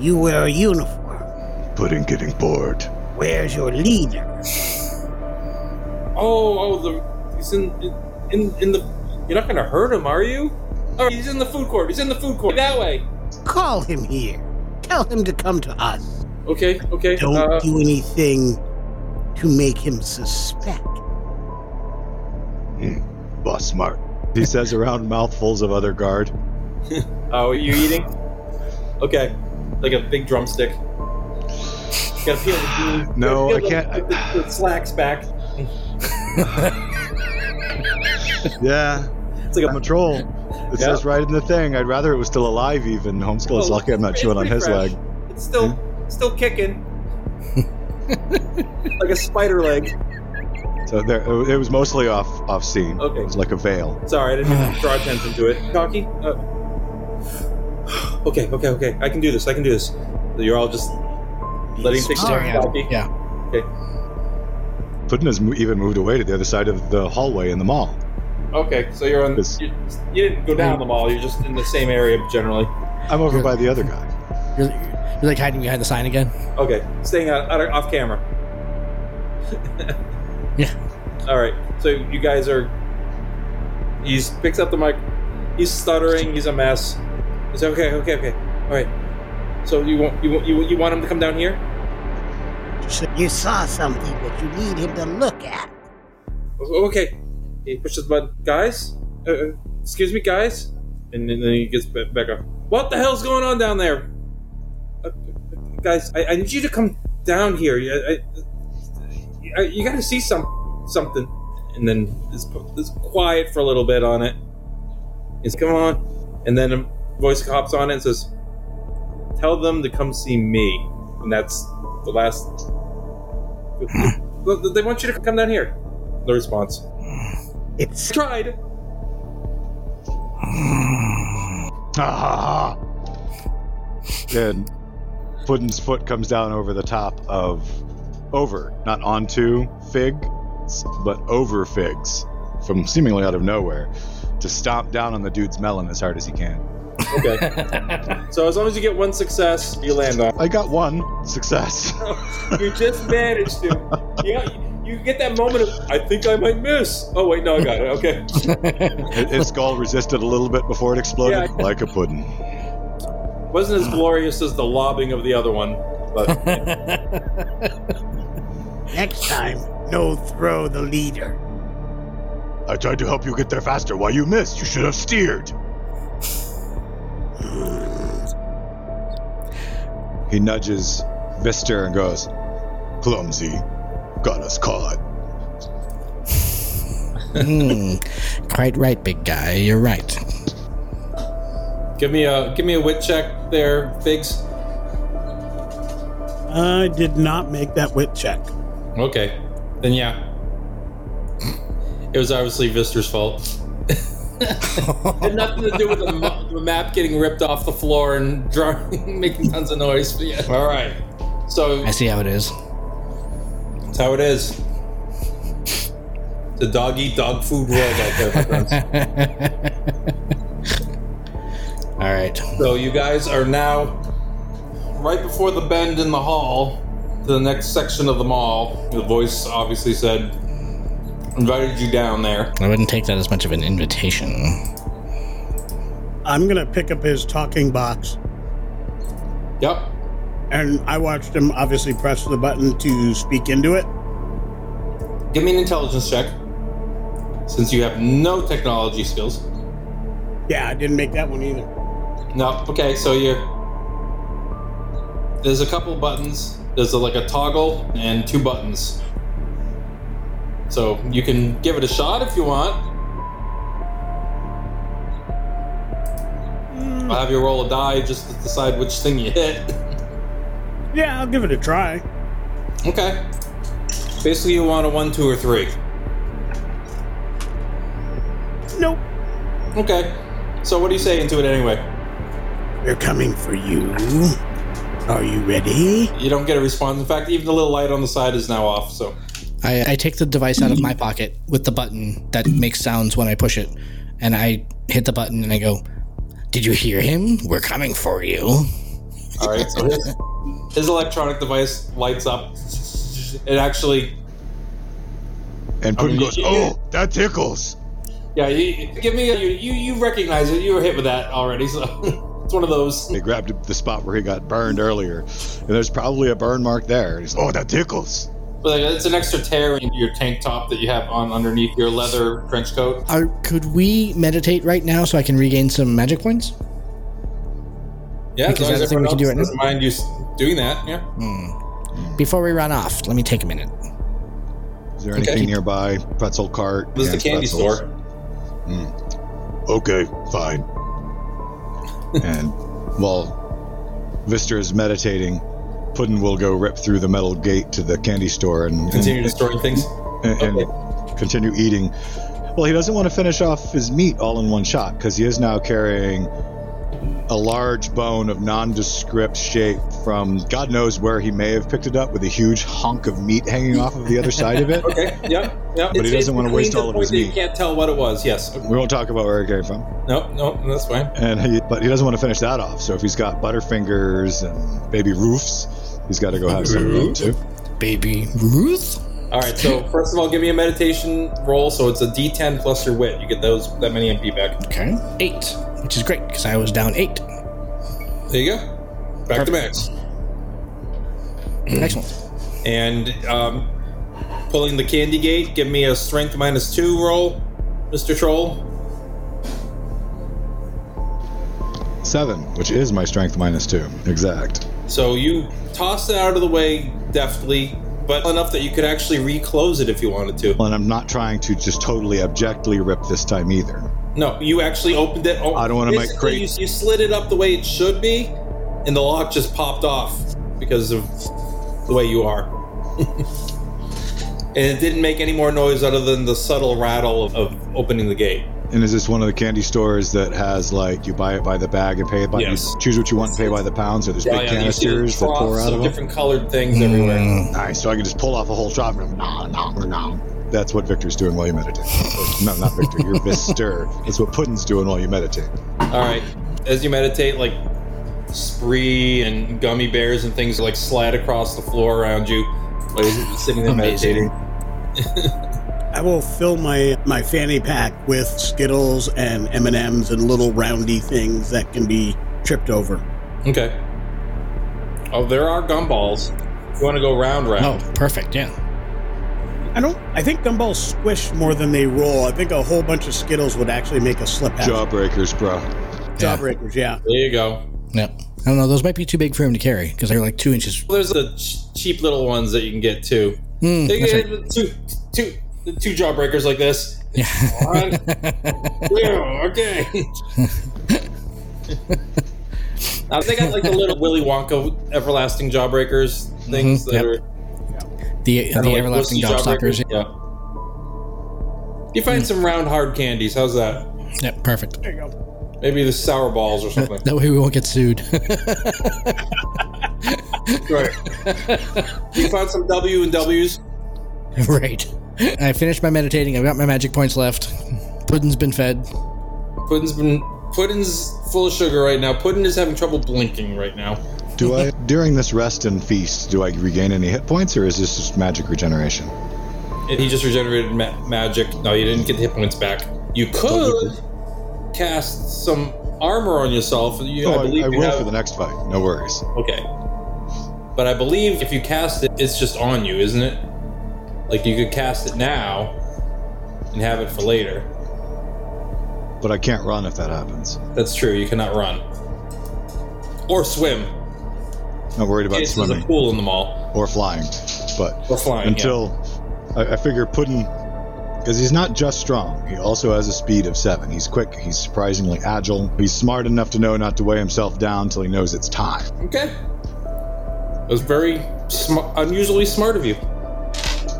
D: You wear a uniform.
C: Pudding getting bored.
D: Where's your leader?
B: Oh, oh, the he's in in in the. You're not gonna hurt him, are you? All right, he's in the food court. He's in the food court that way.
D: Call him here. Tell him to come to us.
B: Okay, okay.
D: Don't
B: uh,
D: do anything to make him suspect.
C: Boss smart. He says around mouthfuls of other guard.
B: oh, are you eating? Okay, like a big drumstick. Gotta peel the bean.
C: No,
B: Gotta peel
C: I
B: the-
C: can't-
B: The, the slacks back.
C: Yeah,
B: It's like
C: I'm
B: a
C: a troll. It
B: Yeah. Oh,
C: says right in the thing. I'd rather it was still alive. Even homeschool is lucky I'm not
B: It's
C: chewing on
B: pretty
C: his
B: fresh.
C: leg. Hmm?
B: It's still still kicking. like a spider leg.
C: So there, it was mostly off off scene.
B: Okay.
C: It was like a veil.
B: Sorry, I didn't mean to draw attention to it. Donkey? Uh, okay, okay, okay. I can do this. I can do this. You're all just letting things
A: Staring at him.
B: Donkey.
A: Yeah.
C: Puddin has mo- even moved away to the other side of the hallway in the mall.
B: Okay, so you're on.
C: This-
B: You, you didn't go down the mall. You're just in the same area generally.
C: I'm over by the other guy.
A: You're, you're like hiding behind the sign again.
B: Okay, staying out, out of, off camera.
A: Yeah.
B: All right. So you guys are. He picks up the mic. He's stuttering. He's a mess. He's okay. Okay. Okay. All right. So you want you want you, you want him to come down here?
F: You saw something, but you need him to look at.
B: O- Okay. He pushes the button. Guys, uh, uh, excuse me, guys. And then, then he gets ba- back up. What the hell's going on down there? Uh, guys, I, I need you to come down here. You- I, I, I- you got to see some something. And then it's, it's quiet for a little bit on it. He's come on, and then a voice hops on it and says, "Tell them to come see me." And that's the last. Look, They want you to come down here. No response.
F: It's
B: Tried.
C: Ah! and Puddin's foot comes down over the top of over, not onto Fig, but over Fig's from seemingly out of nowhere to stomp down on the dude's melon as hard as he can.
B: Okay. so as long as you get one success, you land on.
C: I got one success.
B: you just managed to. Yeah, you get that moment of I think I might miss. Oh wait, no, I got it. Okay.
C: It- Its skull resisted a little bit before it exploded,
B: Yeah.
C: like a puddin.
B: Wasn't as glorious as the lobbing of the other one, but
D: Next time, no throw the leader.
C: I tried to help you get there faster. Why you missed? You should have steered.
D: Hmm.
C: he nudges Vister and goes, "Clumsy, got us caught."
A: Mm, quite right, big guy. You're right.
B: give me a give me a wit check there, Figs.
D: I did not make that wit check.
B: Okay. Then yeah. It was obviously Vister's fault. Had nothing to do with the, ma- the map getting ripped off the floor and drawing, making tons of noise. But yeah. All right. So
A: I see how it is.
B: That's how it is. The dog eat dog food world out there, my friends.
A: All right.
B: So you guys are now right before the bend in the hall to the next section of the mall. The voice obviously said invited you down there.
A: I wouldn't take that as much of an invitation.
D: I'm gonna pick up his talking box,
B: Yep.
D: and I watched him obviously press the button to speak into it.
B: Give me an intelligence check. Since you have no technology skills.
D: Yeah, I didn't make that one either.
B: No, okay, so you there's a couple buttons. There's a, like a toggle and two buttons. So you can give it a shot if you want. I'll have you roll a die just to decide which thing you hit.
D: Yeah, I'll give it a try.
B: Okay. Basically, you want a one, two, or three.
D: Nope.
B: Okay. So what do you say into it anyway?
D: We're coming for you. Are you ready?
B: You don't get a response. In fact, even the little light on the side is now off. So
A: I, I take the device out of my pocket with the button that makes sounds when I push it, and I hit the button and I go, Did you hear him? We're coming for you.
B: All right. So his, his electronic device lights up. It actually,
C: And Puddin
B: mean,
C: goes,
B: you-
C: "Oh, that tickles."
B: yeah. You, give me. You, you you recognize it. You were hit with that already. So it's one of those.
C: They grabbed the spot where he got burned earlier, and there's probably a burn mark there. He's, "Oh, that tickles."
B: But like, it's an extra tear in your tank top that you have on underneath your leather trench coat.
A: Are, could we meditate right now so I can regain some magic points?
B: Yeah.
A: Because I think we can do it now.
B: doesn't mind you s- doing that. Yeah.
A: Before we run off, let me take a minute.
C: Is there
B: Okay.
C: anything nearby? Pretzel cart.
B: This is the
C: Dan's
B: candy
C: pretzels.
B: store.
C: okay, fine. and while Vister is meditating, Puddin will go rip through the metal gate to the candy store and
B: Continue destroying things.
C: and, and continue eating. Well, he doesn't want to finish off his meat all in one shot because he is now carrying a large bone of nondescript shape from God knows where he may have picked it up with a huge hunk of meat hanging off of the other side of it.
B: Okay. Yep. Yep.
C: he doesn't wanna
B: between
C: waste
B: the
C: all of
B: point
C: his
B: that You
C: meat.
B: can't tell what it was. Yes. Okay.
C: We won't talk about where it came from.
B: Nope. Nope. That's fine.
C: and he, but he doesn't want to finish that off. So if he's got Butterfingers and Baby Roofs, he's got to go have some of them too.
A: Baby Ruth?
B: All right. So first of all, give me a meditation roll. So it's a D10 plus your wit. You get those that many MP back.
A: Okay. Eight, which is great because I was down eight.
B: There you go. Back to max.
A: Excellent.
B: And um, pulling the candy gate. Give me a strength minus two roll, Mister Troll.
C: Seven, which is my strength minus two. Exact.
B: So you toss it out of the way deftly, but enough that you could actually reclose it if you wanted to.
C: And I'm not trying to just totally abjectly rip this time either.
B: No, you actually opened it. Oh,
C: I don't wanna make
B: basically,
C: crates.
B: You, you slid it up the way it should be, and the lock just popped off because of the way you are. and it didn't make any more noise other than the subtle rattle of, of opening the gate.
C: And is this one of the candy stores that has like you buy it by the bag and pay it by
B: Yes.
C: you choose what you want and pay by the pounds or there's
B: Yeah,
C: big
B: yeah, you see the
C: canisters that pour
B: troughs
C: out of
B: of
C: them? Mm.
B: different colored things everywhere.
C: Nice. So I can just pull off a whole shop and no, no, no. That's what Victor's doing while you meditate. no, not Victor. You're Vister. That's what Puddin's doing while you meditate.
B: All right, as you meditate, like spree and gummy bears and things like slide across the floor around you. Like sitting there meditating.
D: I will fill my my fanny pack with Skittles and M and M's and little roundy things that can be tripped over.
B: Okay. Oh, there are gumballs. If you want to go round
A: Oh,
B: round?
A: perfect. Yeah.
D: I don't. I think gumballs squish more than they roll. I think a whole bunch of Skittles would actually make a slip happen.
C: Jawbreakers, bro.
D: Jawbreakers, yeah.
B: There you go.
A: Yeah. I don't know. Those might be too big for him to carry because they're like two inches.
B: Well, there's the ch- cheap little ones that you can get too.
A: Mm,
B: They
A: that's
B: get
A: right.
B: two, two, two jawbreakers like this.
A: Yeah.
B: All right. yeah, okay. I think I like the little Willy Wonka everlasting jawbreakers things
A: Mhm,
B: that
A: yep.
B: are
A: the
B: kinda
A: the
B: like
A: everlasting
B: pussy
A: job stoppers.
B: jawbreakers. Yeah. You
A: Mm.
B: find some round hard candies. How's that?
A: Yeah. Perfect.
D: There you go.
B: Maybe the sour balls or something.
A: That way we won't get sued.
B: right. You found some W and W's.
A: right. I finished my meditating. I've got my magic points left. Puddin's been fed.
B: Puddin's been Puddin's full of sugar right now. Puddin is having trouble blinking right now.
C: Do I during this rest and feast do I regain any hit points or is this just magic regeneration?
B: And he just regenerated ma- magic. No, you didn't get the hit points back. You could cast some armor on yourself. You,
C: oh,
B: I believe
C: I,
B: you
C: will
B: have-
C: for the next fight. No worries.
B: Okay. But I believe if you cast it, it's just on you, isn't it? Like you could cast it now and have it for later.
C: But I can't run if that happens.
B: That's true. You cannot run or swim.
C: Not worried about
B: Yes, There's a
C: swimming
B: pool in the mall.
C: or flying, but
B: Or flying, yeah.
C: until I, I figure Puddin, because he's not just strong, he also has a speed of seven. He's quick. He's surprisingly agile. He's smart enough to know not to weigh himself down till he knows it's time.
B: Okay. That was very sm- unusually smart of you.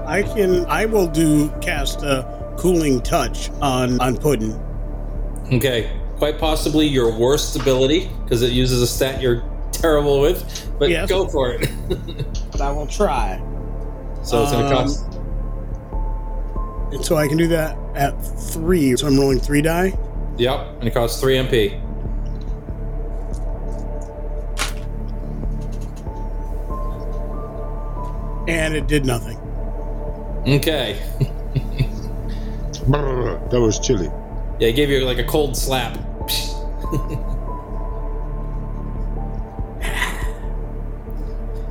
D: I can. I will do cast a cooling touch on on Puddin.
B: Okay, quite possibly your worst ability because it uses a stat you're terrible with, but
D: Yes.
B: go for it.
D: But I will try.
B: so it's gonna
D: Um,
B: cost.
D: And so I can do that at three. So I'm rolling three die.
B: Yep, and it costs three MP.
D: And it did nothing.
B: Okay,
C: Brrr, that was chilly.
B: yeah, it gave you like a cold slap.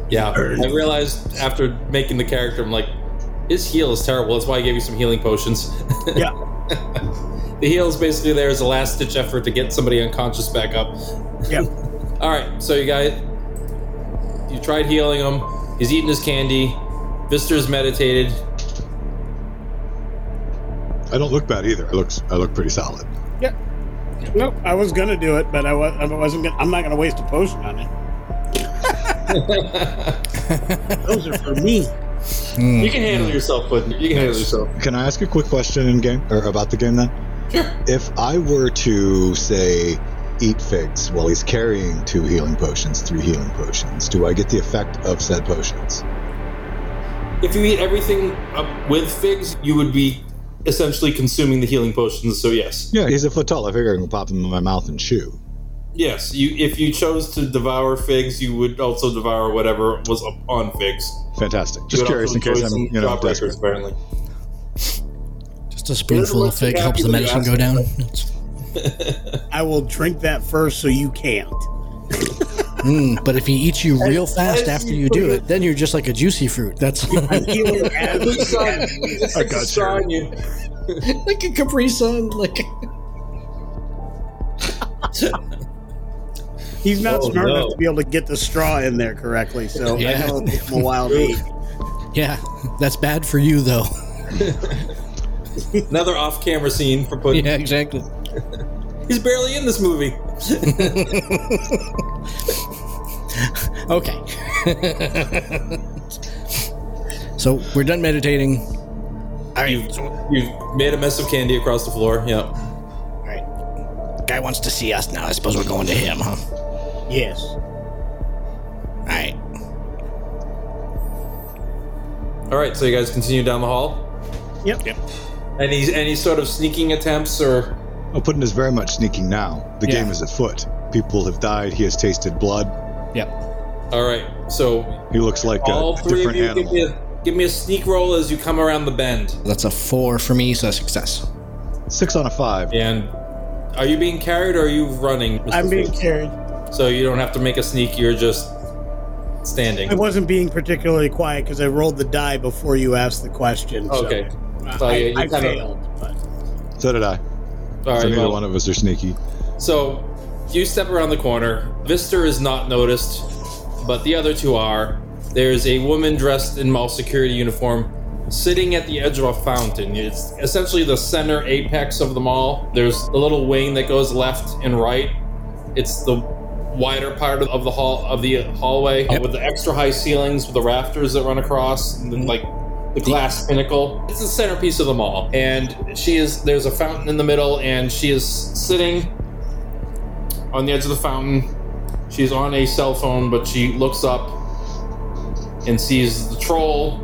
B: yeah, I realized after making the character, I'm like, his heal is terrible. That's why I gave you some healing potions.
D: Yeah.
B: the heal is basically there as a last ditch effort to get somebody unconscious back up.
D: Yep.
B: All right, so you guys, you tried healing him. He's eating his candy. Vister's meditated.
C: I don't look bad either. I looks I look pretty solid.
D: Nope. I was gonna do it, but I, was, I wasn't. Gonna, I'm not gonna waste a potion on it. Those are for me.
C: Mm.
B: You can handle yourself, Puddin. You can handle yourself.
C: Can I ask a quick question in game or about the game then?
B: Sure.
C: If I were to say eat figs while he's carrying two healing potions, three healing potions, do I get the effect of said potions?
B: If you eat everything up with figs, you would be essentially consuming the healing potions. So yes.
C: Yeah, he's a footall. I figure I can pop them in my mouth and chew.
B: Yes, you. If you chose to devour figs, you would also devour whatever was upon figs.
C: Fantastic.
B: You
C: Just
B: would
C: curious
B: also
C: in case
B: enjoy
C: I'm,
B: some
C: you know,
B: job records,
C: desperate.
B: apparently.
A: Just a spoonful of
B: looks
A: fig helps the
B: happy
A: medicine
B: when you
A: go down. It's-
D: I will drink that first so you can't.
A: mm, but if he eats you real fast after you do it, then you're just like a juicy fruit. That's
D: Healing as-
B: I
C: got
B: you.
A: like a Capri Sun. Like
D: He's not
B: Oh,
D: smart
B: no.
D: enough to be able to get the straw in there correctly, so
A: Yeah.
D: that will take him a while to eat.
A: yeah, that's bad for you though.
B: Another off-camera scene for Puddin.
A: yeah, exactly.
B: He's barely in this movie.
A: Okay. so we're done meditating.
B: You've, you've made a mess of candy across the floor. Yep.
A: All right. Guy wants to see us now. I suppose we're going to him, huh?
D: Yes.
A: All right.
B: All right, so you guys continue down the hall.
D: Yep. Yep.
B: Any any sort of sneaking attempts or?
C: Oh, Puddin is very much sneaking now. The
A: Yeah.
C: game is afoot. People have died. He has tasted blood.
A: Yep.
B: All right, so
C: He looks like
B: all
C: a
B: three of
C: different
B: you give me,
C: animal.
B: a, give me a sneak roll as you come around the bend.
A: That's a four for me, so a success.
C: Six on a five.
B: And are you being carried or are you running? Mr.
D: I'm being
B: Fields?
D: carried.
B: So you don't have to make a sneak. You're just standing.
D: I wasn't being particularly quiet because I rolled the die before you asked the question. so,
B: Okay.
D: uh,
B: So
D: I,
B: you- you
D: I
B: kinda-
D: failed. But
C: So did
B: All
C: I. so
B: right.
C: neither
B: well,
C: one of us are sneaky.
B: So you step around the corner. Vister is not noticed, but the other two are. There's a woman dressed in mall security uniform sitting at the edge of a fountain. It's essentially the center apex of the mall. There's a little wing that goes left and right. It's the wider part of- of the hall of the hallway uh, with the extra high ceilings with the rafters that run across and then like the glass pinnacle. It's the centerpiece of the mall. And she is there's a fountain in the middle and she is sitting on the edge of the fountain. She's on a cell phone, but she looks up and sees the troll,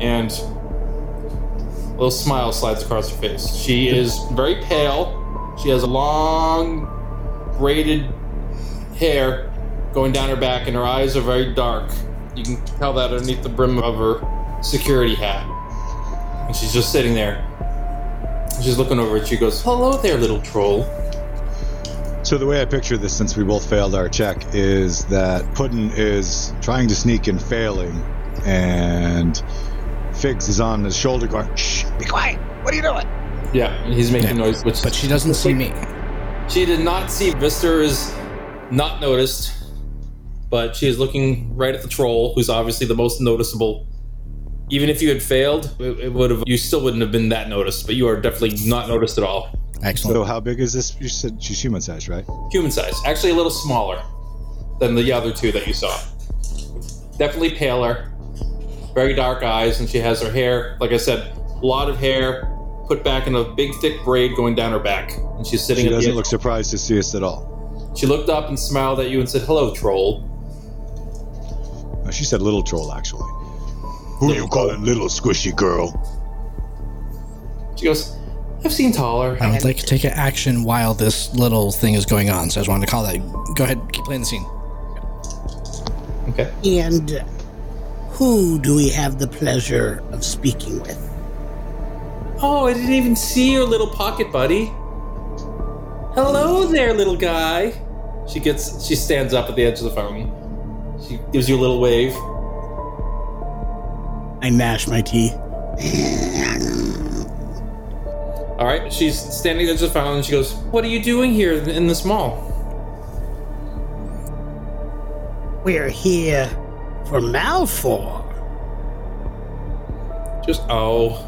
B: and a little smile slides across her face. She is very pale. She has long, braided hair going down her back, and her eyes are very dark. You can tell that underneath the brim of her security hat. And she's just sitting there. She's looking over at you. Goes, "Hello there, little troll."
C: So the way I picture this, since we both failed our check, is that Puddin is trying to sneak and failing, and Figs is on his shoulder going, "Shh, be quiet. What are you doing?"
B: Yeah, and he's making
A: Yeah.
B: noise, which
A: But she doesn't see me.
B: She did not see Vister is not noticed, but she is looking right at the troll, who's obviously the most noticeable. Even if you had failed, it, it would have you still wouldn't have been that noticed, but you are definitely not noticed at all.
A: Excellent.
C: So how big is this? You said she's human size, right?
B: Human size, actually a little smaller than the other two that you saw. Definitely paler, very dark eyes, and she has her hair, like I said, a lot of hair put back in a big thick braid going down her back, and she's sitting.
C: She
B: at the
C: doesn't
B: edge.
C: look surprised to see us at all.
B: She looked up and smiled at you and said, "Hello, troll."
C: Oh, She said little troll, actually. Who you calling little squishy girl?
B: She goes, I've seen taller.
A: I would like to take an action while this little thing is going on, so I just wanted to call that. Go ahead, keep playing the scene.
B: Okay.
F: And who do we have the pleasure of speaking with?
B: Oh, I didn't even see your little pocket buddy. Hello there, little guy. She gets she stands up at the edge of the fountain. She gives you a little wave.
D: I gnash my teeth.
B: Alright, she's standing at the edge of the fountain and she goes, What are you doing here in this mall?
F: We're here for Malfor.
B: Just oh.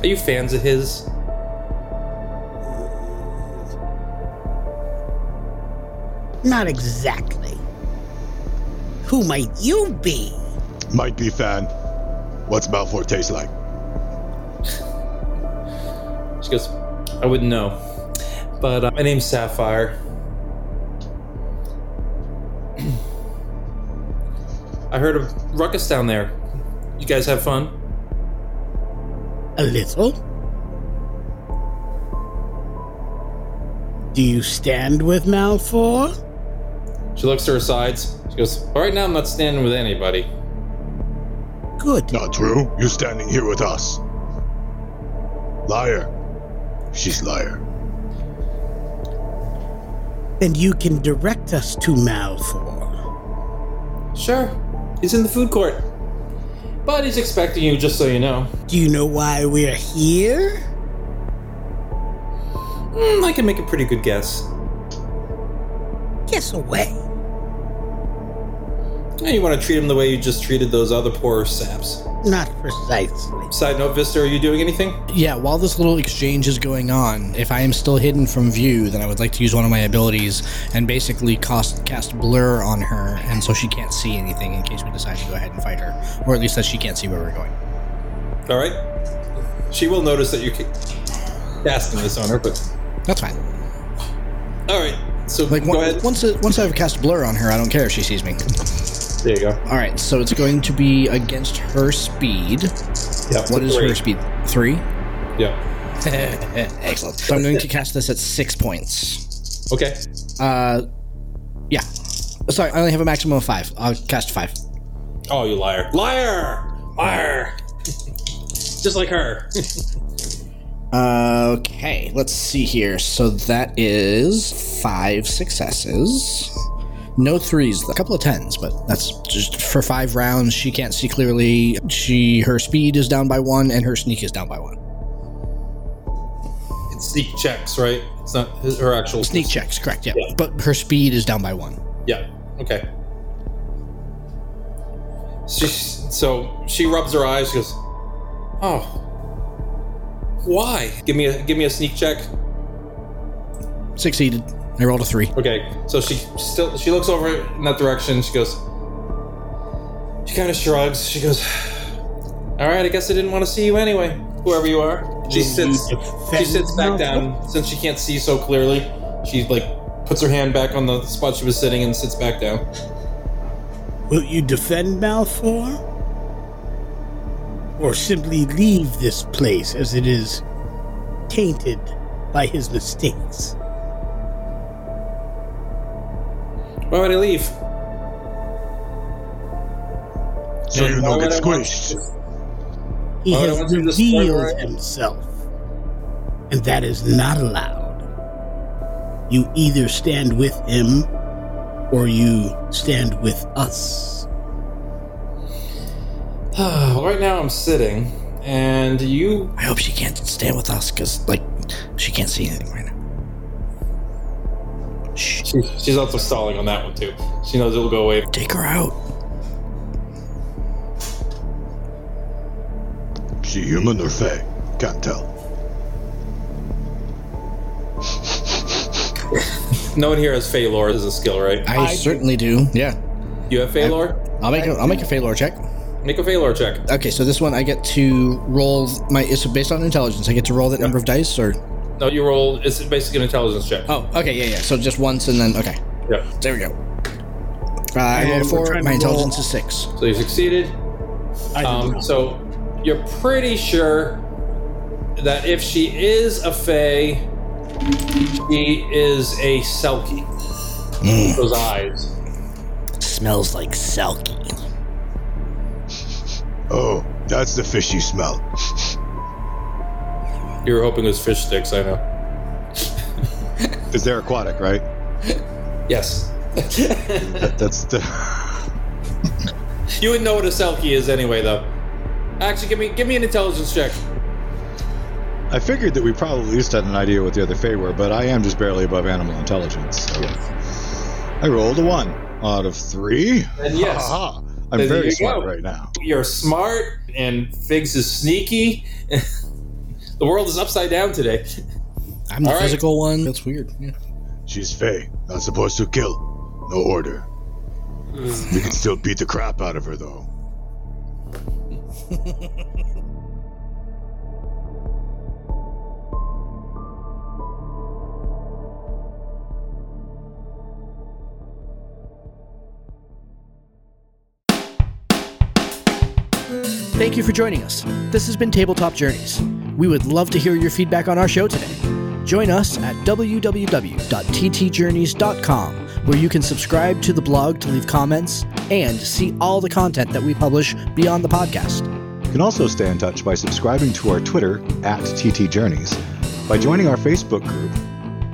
B: Are you fans of his?
F: Not exactly. Who might you be?
C: Might be fan. What's Malfoy taste like?
B: She goes, I wouldn't know. But uh, my name's Sapphire. I heard a ruckus down there. You guys have fun?
F: A little?
D: do you stand with Malfoy?
B: She looks to her sides. She goes, "All right, now I'm not standing with anybody."
D: Good.
G: Not true. You're standing here with us. Liar. She's liar.
D: Then you can direct us to Malfoy.
B: Sure, he's in the food court, but he's expecting you. Just so you know,
D: Do you know why we're here?
B: Hmm, I can make a pretty good guess.
F: Guess away.
B: Yeah, you want to treat him the way you just treated those other poor saps.
F: Not precisely.
B: Side note, Vista, are you doing anything?
A: Yeah, while this little exchange is going on, if I am still hidden from view, then I would like to use one of my abilities and basically cost, cast Blur on her, and so she can't see anything in case we decide to go ahead and fight her. Or at least that she can't see where we're going.
B: All right. She will notice that you ca- casting this on her, but
A: That's fine.
B: all right. So
A: Like,
B: go
A: on-
B: ahead.
A: once, it, once I've cast Blur on her, I don't care if she sees me.
B: There you go.
A: Alright, so it's going to be against her speed.
B: Yeah.
A: What is her speed? Three?
B: Yeah.
A: Excellent. So I'm going to cast this at six points.
B: Okay.
A: Uh, yeah. Sorry, I only have a maximum of five. I'll cast five.
B: Oh, you liar! Liar! Liar! Just like her.
A: Uh, Okay, let's see here. So that is five successes. No threes, though. a couple of tens, but that's just for five rounds. She can't see clearly. She her speed is down by one, and her sneak is down by one.
B: it's sneak checks, right? It's not his, her actual
A: Sneak checks, correct? Yeah,
B: Yeah.
A: but her speed is down by one.
B: Yeah. Okay. She, so she rubs her eyes. She goes, "Oh, why? Give me a give me a sneak check."
A: Succeeded. I rolled a three.
B: Okay, so she still she looks over in that direction. She goes. She kind of shrugs. She goes, "All right, I guess I didn't want to see you anyway, whoever you are." She sits. She sits back down since she can't see so clearly. She like puts her hand back on the spot she was sitting and sits back down.
D: Will you defend Malfoy? Or simply leave this place as it is tainted by his mistakes?
B: Why would I leave?
G: So
B: And
G: you
B: why
G: don't get
B: would I want-
G: squished.
D: He
B: Oh, that
D: has
B: was in the spoiler,
D: revealed
B: right?
D: himself, and that is not allowed. You either stand with him or you stand with us.
B: right now I'm sitting, and you.
A: I hope she can't stand with us because like she can't see anything right now. Shh,
B: She, she's also stalling on that one too. She knows it'll go away.
A: take her out.
G: She human or fey? Can't tell.
B: No one here has Fey lore as a skill, right?
A: I, certainly do. Yeah,
B: You have Fey lore?
A: I'll make a, I'll make a failure check.
B: Make a Fey lore check.
A: Okay, so this one I get to roll my. It's based on intelligence. I get to roll that number of dice, or
B: No, you roll. It's basically an intelligence check.
A: oh, okay, yeah, yeah. So just once, and then okay,
B: Yeah.
A: there we go. Uh, I rolled a
D: we're
A: four.
D: trying to
A: My
D: roll-
A: intelligence is six.
B: So you succeeded.
D: I did
B: Um,
D: not.
B: so you're pretty sure that if she is a Fey, she is a Selkie. Those eyes.
E: Smells like Selkie.
G: Oh, that's the fishy smell.
B: You were hoping it was fish sticks, I know.
C: Because they're aquatic, right?
B: Yes.
C: That, that's the.
B: You would know what a selkie is anyway, though. Actually, give me give me an intelligence check.
C: I figured that we probably at least had an idea what the other Fey were, but I am just barely above animal intelligence. So. I rolled a one out of three.
B: And yes.
C: Ha ha.
B: There
C: I'm
B: you
C: very smart
B: go.
C: right now.
B: You're smart, and Figs is sneaky. the world is upside down today.
A: I'm the
B: All right.
A: physical one. That's weird. Yeah.
G: She's fey. Not supposed to kill. No order.
B: Mm.
G: We can still beat the crap out of her, though.
A: Thank you for joining us. This has been Tabletop Journeys. We would love to hear your feedback on our show today. Join us at www.ttjourneys.com, where you can subscribe to the blog to leave comments and see all the content that we publish beyond the podcast.
H: You can also stay in touch by subscribing to our Twitter at TT Journeys, by joining our Facebook group,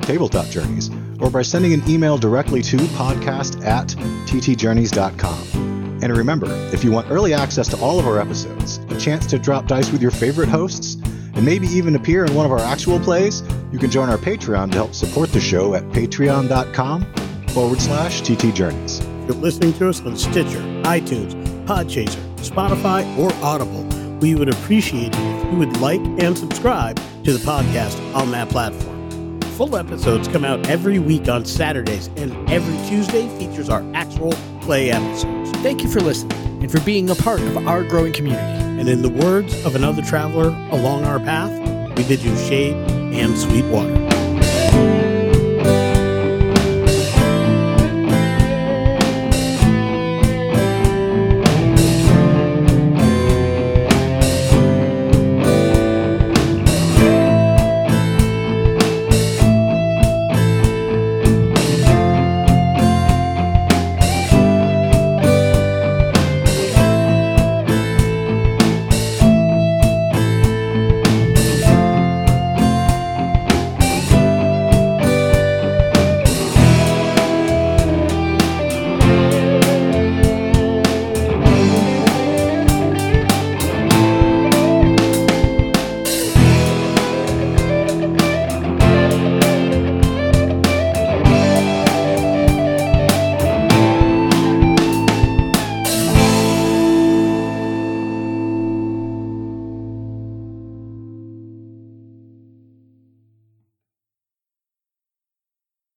H: Tabletop Journeys, or by sending an email directly to podcast at ttjourneys.com. And remember, if you want early access to all of our episodes, a chance to drop dice with your favorite hosts, and maybe even appear in one of our actual plays, you can join our Patreon to help support the show at patreon.com forward slash ttjourneys.
D: You're listening to us on Stitcher, iTunes, Podchaser, Spotify, or Audible. We would appreciate it if you would like and subscribe to the podcast on that platform. Full episodes come out every week on Saturdays, and every Tuesday features our actual play episodes.
A: Thank you for listening and for being a part of our growing community.
D: And in the words of another traveler along our path, we bid you shade and sweet water.